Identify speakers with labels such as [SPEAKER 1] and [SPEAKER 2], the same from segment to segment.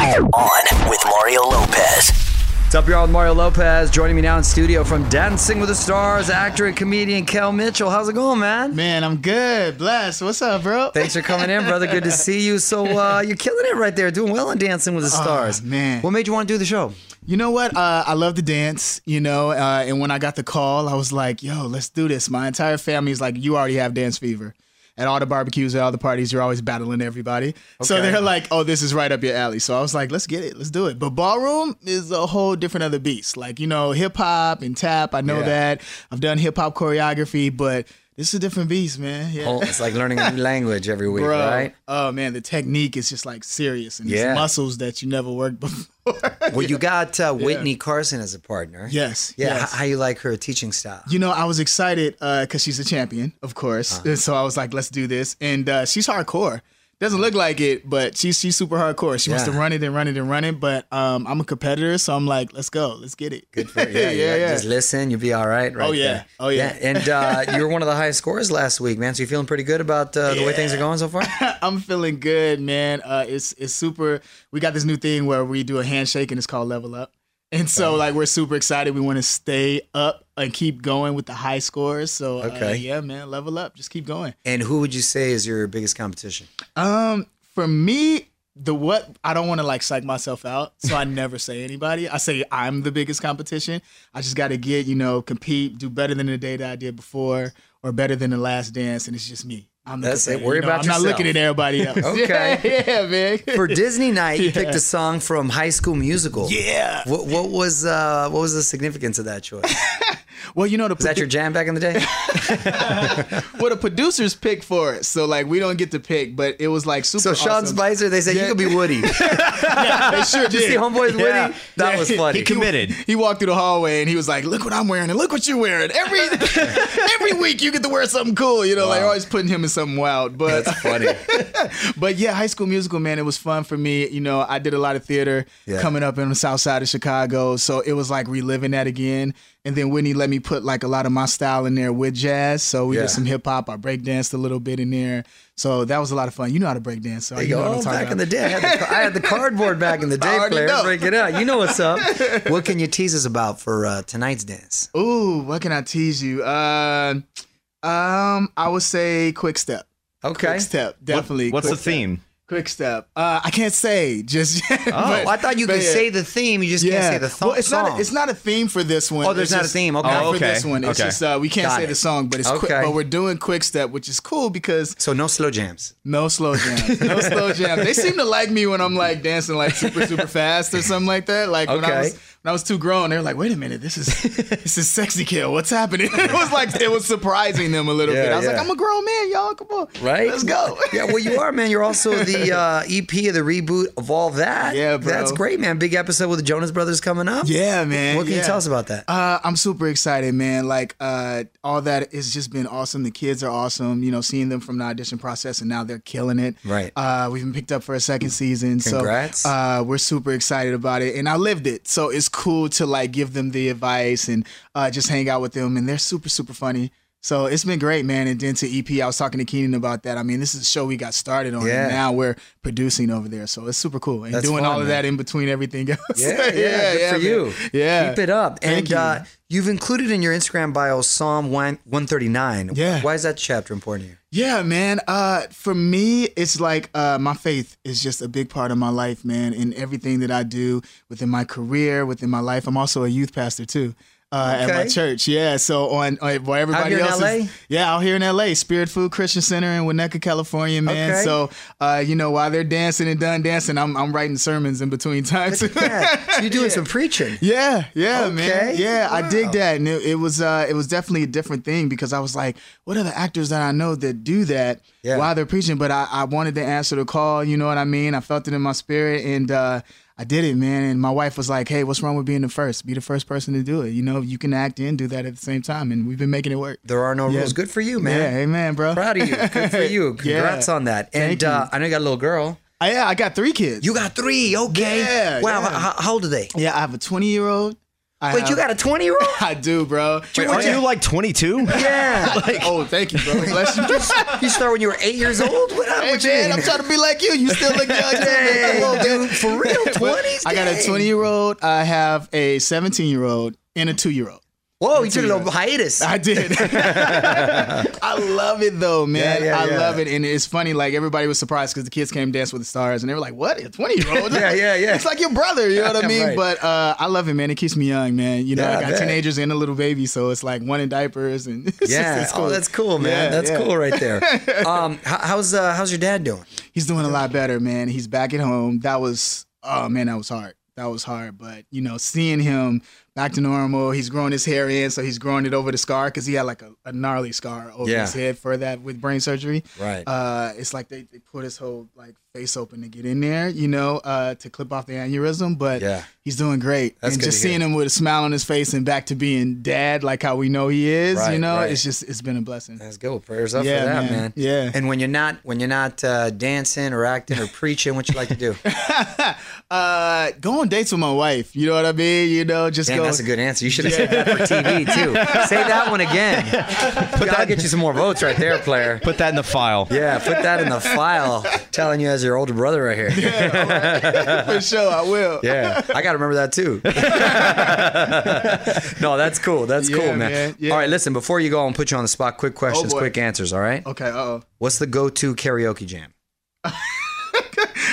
[SPEAKER 1] On with Mario Lopez.
[SPEAKER 2] What's up, y'all? With Mario Lopez joining me now in studio from Dancing with the Stars, actor and comedian Kel Mitchell. How's it going, man?
[SPEAKER 3] Man, I'm good. Blessed. What's up, bro?
[SPEAKER 2] Thanks for coming in, brother. Good to see you. So uh, you're killing it right there, doing well in Dancing with the Stars.
[SPEAKER 3] Oh, man.
[SPEAKER 2] what made you want to do the show?
[SPEAKER 3] You know what? Uh, I love to dance, you know, uh, and when I got the call, I was like, yo, let's do this. My entire family is like, you already have dance fever. At all the barbecues, at all the parties, you're always battling everybody. So
[SPEAKER 2] Okay.
[SPEAKER 3] they're like, oh, this is right up your alley. So I was like, let's get it, let's do it. But ballroom is a whole different other beast. Like, you know, hip hop and tap, I know
[SPEAKER 2] Yeah.
[SPEAKER 3] that. I've done hip hop choreography, but this is a different beast, man. Yeah.
[SPEAKER 2] Oh, it's like learning a new language every week,
[SPEAKER 3] Bro.
[SPEAKER 2] right?
[SPEAKER 3] Oh man, the technique is just like serious, and
[SPEAKER 2] Yeah.
[SPEAKER 3] it's muscles that you never worked before.
[SPEAKER 2] Well, you got uh, Whitney Carson as a partner.
[SPEAKER 3] yes,
[SPEAKER 2] Yeah.
[SPEAKER 3] yes.
[SPEAKER 2] How, how you like her teaching style?
[SPEAKER 3] you know, I was excited because she's a champion, of course.
[SPEAKER 2] Uh-huh.
[SPEAKER 3] And So I was like, let's do this, and uh, she's hardcore. Doesn't look like it, but she's she's super hardcore. She wants to
[SPEAKER 2] Yeah.
[SPEAKER 3] run it and run it and run it. But um, I'm a competitor, so I'm like, let's go, let's get it.
[SPEAKER 2] Good for you. Yeah, you
[SPEAKER 3] yeah,
[SPEAKER 2] like,
[SPEAKER 3] yeah.
[SPEAKER 2] Just listen, you'll be all right, right?
[SPEAKER 3] Oh, yeah.
[SPEAKER 2] there.
[SPEAKER 3] Oh, yeah.
[SPEAKER 2] And uh, you were one of the highest scorers last week, man. So you feeling pretty good about uh, the way things are going so far?
[SPEAKER 3] I'm feeling good, man. Uh, it's it's super. We got this new thing where we do a handshake and it's called Level Up, and so like we're super excited. We want to stay up and keep going with the high scores. So uh,
[SPEAKER 2] Okay.
[SPEAKER 3] yeah, man, level up. Just keep going.
[SPEAKER 2] And who would you say is your biggest competition?
[SPEAKER 3] Um, for me, the what I don't want to like psych myself out, so I never say anybody. I say I'm the biggest competition. I just got to get you know compete, do better than the day that I did before, or better than the last dance, and it's just me. I'm the
[SPEAKER 2] That's it.
[SPEAKER 3] competitor,
[SPEAKER 2] Worry
[SPEAKER 3] you know?
[SPEAKER 2] about
[SPEAKER 3] I'm not
[SPEAKER 2] yourself.
[SPEAKER 3] looking at everybody else.
[SPEAKER 2] Okay.
[SPEAKER 3] yeah, yeah, man.
[SPEAKER 2] For Disney night, you picked a song from High School Musical.
[SPEAKER 3] Yeah.
[SPEAKER 2] What, what was uh, what was the significance of that choice?
[SPEAKER 3] Well, you know the
[SPEAKER 2] Was that your jam back in the day?
[SPEAKER 3] well the producers pick for it, so like we don't get to pick, but it was like super.
[SPEAKER 2] So Sean
[SPEAKER 3] awesome.
[SPEAKER 2] Spicer, they said you
[SPEAKER 3] Yeah.
[SPEAKER 2] could be Woody.
[SPEAKER 3] they sure
[SPEAKER 2] Did you see Homeboy's Woody? That
[SPEAKER 3] Yeah.
[SPEAKER 2] was funny.
[SPEAKER 4] He committed.
[SPEAKER 3] He walked through the hallway and he was like, "Look what I'm wearing and look what you're wearing. Every every week you get to wear something cool, you know. Like always putting him in something wild, but
[SPEAKER 2] That's funny.
[SPEAKER 3] but yeah, High School Musical, man, it was fun for me. You know, I did a lot of theater
[SPEAKER 2] Yeah.
[SPEAKER 3] coming up in the South Side of Chicago, so it was like reliving that again. And then Whitney let me put like a lot of my style in there with jazz, so we
[SPEAKER 2] Yeah.
[SPEAKER 3] did some hip hop. I breakdanced a little bit in there, so that was a lot of fun. You know how to breakdance, so
[SPEAKER 2] They
[SPEAKER 3] you
[SPEAKER 2] go,
[SPEAKER 3] know what I'm
[SPEAKER 2] oh,
[SPEAKER 3] talking
[SPEAKER 2] back
[SPEAKER 3] about.
[SPEAKER 2] in the day, I had the, I had the cardboard back in the day,
[SPEAKER 3] already
[SPEAKER 2] Claire.
[SPEAKER 3] know.
[SPEAKER 2] Break it out. You know what's up. What can you tease us about for uh, tonight's dance?
[SPEAKER 3] Ooh, what can I tease you? Uh, um, I would say quick step.
[SPEAKER 2] Okay.
[SPEAKER 3] Quick step,
[SPEAKER 4] What-
[SPEAKER 3] definitely.
[SPEAKER 4] what's the
[SPEAKER 3] quick step.
[SPEAKER 4] theme?
[SPEAKER 3] Quick step. Uh, I can't say just. Oh,
[SPEAKER 2] Oh, I thought you could say the theme. You just can't say the th-
[SPEAKER 3] well, it's
[SPEAKER 2] song.
[SPEAKER 3] not. A, it's not a theme for this one.
[SPEAKER 2] Oh, there's
[SPEAKER 3] It's
[SPEAKER 2] not a
[SPEAKER 3] just-
[SPEAKER 2] theme. Okay.
[SPEAKER 3] not
[SPEAKER 4] Oh,
[SPEAKER 3] for
[SPEAKER 4] okay.
[SPEAKER 3] this one. It's
[SPEAKER 4] Okay.
[SPEAKER 3] just uh, we can't
[SPEAKER 2] Got
[SPEAKER 3] say
[SPEAKER 2] it.
[SPEAKER 3] the song, but it's quick.
[SPEAKER 2] Okay.
[SPEAKER 3] But we're doing quick step, which is cool because
[SPEAKER 2] so no slow jams.
[SPEAKER 3] no slow jams. No slow jams. They seem to like me when I'm like dancing like super super fast or something like that. Like when
[SPEAKER 2] Okay.
[SPEAKER 3] I was when I was too grown, they were like, "Wait a minute, this is this is sexy kill. What's happening?" it was like it was surprising them a little
[SPEAKER 2] Yeah,
[SPEAKER 3] bit. I was
[SPEAKER 2] yeah.
[SPEAKER 3] like, "I'm a grown man, y'all. Come on,
[SPEAKER 2] Right?
[SPEAKER 3] Let's go."
[SPEAKER 2] yeah, well, you are, man. You're also the uh, EP of the reboot of all that.
[SPEAKER 3] Yeah, bro.
[SPEAKER 2] That's great, man. Big episode with the Jonas Brothers coming up.
[SPEAKER 3] Yeah, man.
[SPEAKER 2] What can you
[SPEAKER 3] yeah.
[SPEAKER 2] tell us about that?
[SPEAKER 3] Uh, I'm super excited, man. Like uh, all that has just been awesome. The kids are awesome. You know, seeing them from the audition process and now they're killing it.
[SPEAKER 2] Right.
[SPEAKER 3] Uh, we've been picked up for a second season.
[SPEAKER 2] Congrats.
[SPEAKER 3] So uh, we're super excited about it, and I lived it. So it's cool to like give them the advice and uh, just hang out with them, and they're super super funny. So it's been great, man. And then to EP, I was talking to Keenan about that. I mean, this is a show we got started on,
[SPEAKER 2] Yeah.
[SPEAKER 3] and now we're producing over there. So it's super cool and
[SPEAKER 2] That's
[SPEAKER 3] doing
[SPEAKER 2] fun,
[SPEAKER 3] all of
[SPEAKER 2] man.
[SPEAKER 3] that in between everything else.
[SPEAKER 2] Yeah, yeah, good for
[SPEAKER 3] man.
[SPEAKER 2] you.
[SPEAKER 3] Yeah,
[SPEAKER 2] Keep it up.
[SPEAKER 3] Thank
[SPEAKER 2] and
[SPEAKER 3] you.
[SPEAKER 2] Uh, you've included in your Instagram bio Psalm 1- 139.
[SPEAKER 3] Yeah.
[SPEAKER 2] Why is that chapter important to you?
[SPEAKER 3] Yeah, man. Uh, for me, it's like uh, my faith is just a big part of my life, man. In everything that I do, within my career, within my life, I'm also a youth pastor too. Uh, At my
[SPEAKER 2] Okay.
[SPEAKER 3] church, yeah. So on, on where everybody
[SPEAKER 2] here in
[SPEAKER 3] else
[SPEAKER 2] LA?
[SPEAKER 3] is, yeah, out here in L.A., Spirit Food Christian Center in Winnetka, California, man.
[SPEAKER 2] Okay.
[SPEAKER 3] So uh, you know, while they're dancing and done dancing, I'm I'm writing sermons in between times.
[SPEAKER 2] Yeah, so you're doing some preaching.
[SPEAKER 3] Yeah, yeah,
[SPEAKER 2] Okay.
[SPEAKER 3] man. Yeah, I dig that, and it, it was uh, it was definitely a different thing because I was like, what are the actors that I know that do that
[SPEAKER 2] Yeah.
[SPEAKER 3] while they're preaching? But I, I wanted to answer the call. You know what I mean? I felt it in my spirit, and uh, I did it, man. And my wife was like, hey, what's wrong with being the first? Be the first person to do it. You know, you can act and do that at the same time, and we've been making it work.
[SPEAKER 2] There are no rules. Good for you, man.
[SPEAKER 3] Yeah, amen, bro.
[SPEAKER 2] Proud of you. Good for you.
[SPEAKER 3] Yeah.
[SPEAKER 2] Congrats on that. And
[SPEAKER 3] Thank you.
[SPEAKER 2] uh, I know you got a little girl.
[SPEAKER 3] I, yeah, I got three kids.
[SPEAKER 2] You got three. Okay.
[SPEAKER 3] Yeah,
[SPEAKER 2] wow.
[SPEAKER 3] yeah.
[SPEAKER 2] How, how old are they?
[SPEAKER 3] yeah, I have a twenty year old.
[SPEAKER 2] Wait, you got a 20 year old?
[SPEAKER 3] I do, bro.
[SPEAKER 4] Wait, aren't you like 22?
[SPEAKER 2] Yeah.
[SPEAKER 3] oh, thank you, bro. Bless you.
[SPEAKER 2] You start when you were eight years old? What,
[SPEAKER 3] Hey,
[SPEAKER 2] what you
[SPEAKER 3] man,
[SPEAKER 2] mean?
[SPEAKER 3] I'm trying to be like you. You still look young.
[SPEAKER 2] Dang,
[SPEAKER 3] Come on, man.
[SPEAKER 2] dude, for real, 20s?
[SPEAKER 3] I got a
[SPEAKER 2] Dang.
[SPEAKER 3] 20 year old. I have a 17 year old and a two year old.
[SPEAKER 2] Whoa, you took a little hiatus.
[SPEAKER 3] I did. I love it though, man.
[SPEAKER 2] Yeah, yeah,
[SPEAKER 3] I
[SPEAKER 2] yeah.
[SPEAKER 3] love it, and it's funny. Like everybody was surprised because the kids came dance with the stars, and they were like, "What? A twenty year old?
[SPEAKER 2] Yeah, yeah, yeah.
[SPEAKER 3] It's like your brother. You know what I mean?
[SPEAKER 2] Right.
[SPEAKER 3] But uh, I love it, man. It keeps me young, man. You know,
[SPEAKER 2] Yeah, I
[SPEAKER 3] I got
[SPEAKER 2] bet.
[SPEAKER 3] teenagers and a little baby, so it's like one in diapers, and it's just-
[SPEAKER 2] Yeah.
[SPEAKER 3] it's
[SPEAKER 2] Oh, that's cool, man.
[SPEAKER 3] Yeah,
[SPEAKER 2] that's
[SPEAKER 3] yeah.
[SPEAKER 2] cool right there. Um, how, how's uh, how's your dad doing?
[SPEAKER 3] He's doing a lot better, man. He's back at home. That was oh man, that was hard. That was hard, but you know, seeing him back to normal, he's growing his hair in, so he's growing it over the scar because he had like a, a gnarly scar over
[SPEAKER 2] Yeah.
[SPEAKER 3] his head for that with brain surgery.
[SPEAKER 2] Right.
[SPEAKER 3] Uh, it's like they, they put his whole like face open to get in there, you know, uh, to clip off the aneurysm. But
[SPEAKER 2] Yeah.
[SPEAKER 3] he's doing great,
[SPEAKER 2] That's
[SPEAKER 3] and
[SPEAKER 2] good
[SPEAKER 3] just
[SPEAKER 2] to hear.
[SPEAKER 3] seeing him with a smile on his face and back to being dad, like how we know he is,
[SPEAKER 2] Right,
[SPEAKER 3] you know,
[SPEAKER 2] right.
[SPEAKER 3] it's just it's been a blessing.
[SPEAKER 2] Let's go. Prayers up
[SPEAKER 3] Yeah,
[SPEAKER 2] for that, man.
[SPEAKER 3] man. Yeah.
[SPEAKER 2] And when you're not when you're not uh, dancing or acting or preaching, what you like to do?
[SPEAKER 3] uh, go on dates with my wife. You know what I mean? You know, just
[SPEAKER 2] Damn,
[SPEAKER 3] go.
[SPEAKER 2] that's a good answer. You should have said that for TV too. Say that one again. But that'll get you some more votes right there, player.
[SPEAKER 4] Put that in the file.
[SPEAKER 2] Yeah, put that in the file. Telling you as your older brother right here.
[SPEAKER 3] for sure, I will.
[SPEAKER 2] Yeah, I got to remember that too. no, that's cool. That's
[SPEAKER 3] Yeah,
[SPEAKER 2] cool, man.
[SPEAKER 3] man. Yeah. Oh,
[SPEAKER 2] All right, listen, before you go, I'll put you on the spot. Quick questions,
[SPEAKER 3] boy.
[SPEAKER 2] quick answers, all right?
[SPEAKER 3] Okay. Uh oh.
[SPEAKER 2] What's the go to karaoke jam?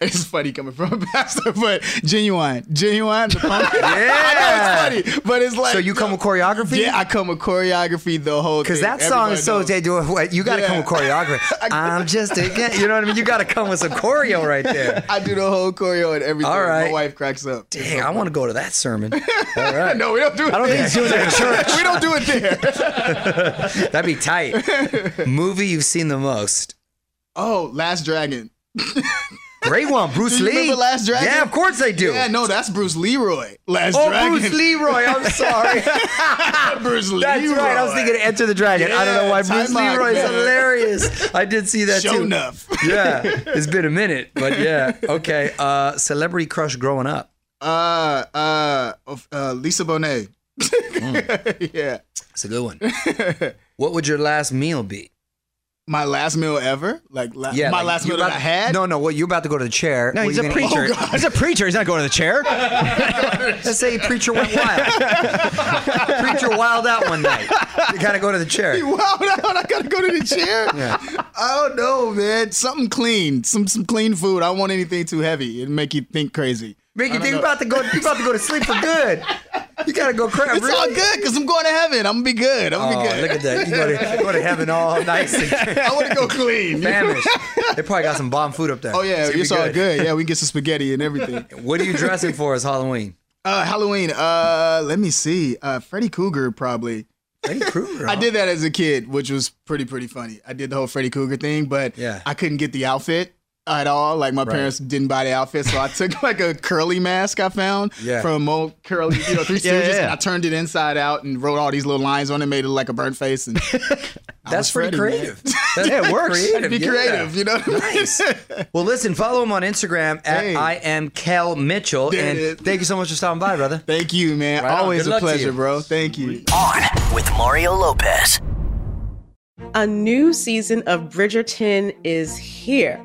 [SPEAKER 3] It's funny coming from a pastor, but genuine, genuine. The punk.
[SPEAKER 2] Yeah.
[SPEAKER 3] I know it's funny, but it's like
[SPEAKER 2] So you come with choreography?
[SPEAKER 3] Uh, Yeah, I come with choreography the whole.
[SPEAKER 2] Because
[SPEAKER 3] thing.
[SPEAKER 2] that song is so
[SPEAKER 3] Everybody knows.
[SPEAKER 2] they do it. You got to
[SPEAKER 3] Yeah.
[SPEAKER 2] come with choreography. I'm just a, you know what I mean. You got to come with some choreo right there.
[SPEAKER 3] I do the whole choreo and everything.
[SPEAKER 2] All right.
[SPEAKER 3] My wife cracks up.
[SPEAKER 2] Dang, I want to go to that sermon. All right,
[SPEAKER 3] No, we don't do it. I
[SPEAKER 2] don't think he's doing it in church.
[SPEAKER 3] we don't do it there.
[SPEAKER 2] that'd be tight. Movie you've seen the most?
[SPEAKER 3] Oh, Last Dragon.
[SPEAKER 2] Great one, Bruce
[SPEAKER 3] Do you
[SPEAKER 2] Lee.
[SPEAKER 3] remember Last Dragon?
[SPEAKER 2] Yeah, of course I do.
[SPEAKER 3] Yeah, no, that's Bruce Leroy. Last
[SPEAKER 2] oh,
[SPEAKER 3] Dragon.
[SPEAKER 2] Bruce Leroy. I'm sorry.
[SPEAKER 3] Bruce Leroy.
[SPEAKER 2] That's right. I was thinking Enter the Dragon. I don't know why
[SPEAKER 3] Yeah,
[SPEAKER 2] Bruce
[SPEAKER 3] time out,
[SPEAKER 2] Leroy is
[SPEAKER 3] man.
[SPEAKER 2] hilarious. I did see that
[SPEAKER 3] Show
[SPEAKER 2] too.
[SPEAKER 3] enough.
[SPEAKER 2] Yeah, it's been a minute, but yeah. Okay. Uh, celebrity crush growing up.
[SPEAKER 3] Uh, uh, of- uh, Lisa Bonet. yeah.
[SPEAKER 2] It's a good one. what would your last meal be?
[SPEAKER 3] My last meal ever, like la- my
[SPEAKER 2] like,
[SPEAKER 3] last
[SPEAKER 2] you're
[SPEAKER 3] meal that
[SPEAKER 2] about-
[SPEAKER 3] I had.
[SPEAKER 2] No, no. Well, you're about to go to the chair.
[SPEAKER 4] No,
[SPEAKER 2] What
[SPEAKER 4] he's
[SPEAKER 2] you
[SPEAKER 4] a
[SPEAKER 2] gonna-
[SPEAKER 4] preacher.
[SPEAKER 3] Oh, God.
[SPEAKER 4] he's a preacher. He's not going to the chair.
[SPEAKER 2] Let's say preacher went wild. preacher wild out one night. You gotta go to the chair.
[SPEAKER 3] Wow, now I gotta go to the chair. I don't know, man. Something clean, some some clean food. I don't want anything too heavy. It make you think crazy.
[SPEAKER 2] Make you
[SPEAKER 3] don't
[SPEAKER 2] think
[SPEAKER 3] know.
[SPEAKER 2] about to go. You about to go to sleep for good. You gotta go crap.
[SPEAKER 3] It's all good because I'm going to heaven. I'm gonna be good. I'm gonna be
[SPEAKER 2] Oh,
[SPEAKER 3] good.
[SPEAKER 2] look at that. You go to, go to heaven all nice and
[SPEAKER 3] I want to go clean.
[SPEAKER 2] famished. They probably got some bomb food up there.
[SPEAKER 3] Oh
[SPEAKER 2] It's
[SPEAKER 3] yeah,
[SPEAKER 2] gonna be
[SPEAKER 3] it's all good. Yeah, we can get some spaghetti and everything.
[SPEAKER 2] What are you dressing for as Halloween?
[SPEAKER 3] Uh, Halloween. Uh, let me see. Uh, Freddy Cougar probably.
[SPEAKER 2] Freddy Krueger.
[SPEAKER 3] I did that as a kid, which was pretty pretty funny. I did the whole Freddy Cougar thing, but
[SPEAKER 2] Yeah.
[SPEAKER 3] I couldn't get the outfit at all. Like my
[SPEAKER 2] Right.
[SPEAKER 3] parents didn't buy the outfit, so I took like a curly mask I found
[SPEAKER 2] Yeah.
[SPEAKER 3] from old curly, you know, three
[SPEAKER 4] Yeah, yeah,
[SPEAKER 3] stooges, and
[SPEAKER 4] yeah.
[SPEAKER 3] I turned it inside out and wrote all these little lines on it, made it like a burnt face, and I
[SPEAKER 2] That's
[SPEAKER 3] was
[SPEAKER 2] pretty
[SPEAKER 3] Freddy, man.
[SPEAKER 2] creative. That's
[SPEAKER 4] Yeah, it works.
[SPEAKER 2] creative,
[SPEAKER 3] Be
[SPEAKER 2] yeah.
[SPEAKER 3] creative, you know. what I mean?
[SPEAKER 2] Nice. Well, listen, follow him on Instagram at
[SPEAKER 3] Hey.
[SPEAKER 2] I am Cal Mitchell.
[SPEAKER 3] There it
[SPEAKER 2] and
[SPEAKER 3] is.
[SPEAKER 2] thank you so much for stopping by, brother.
[SPEAKER 3] Thank you, man.
[SPEAKER 2] Right on.
[SPEAKER 3] Always
[SPEAKER 2] Good
[SPEAKER 3] a
[SPEAKER 2] luck to
[SPEAKER 3] pleasure,
[SPEAKER 2] you.
[SPEAKER 3] bro. Thank you.
[SPEAKER 1] On with Mario Lopez.
[SPEAKER 5] A new season of Bridgerton is here.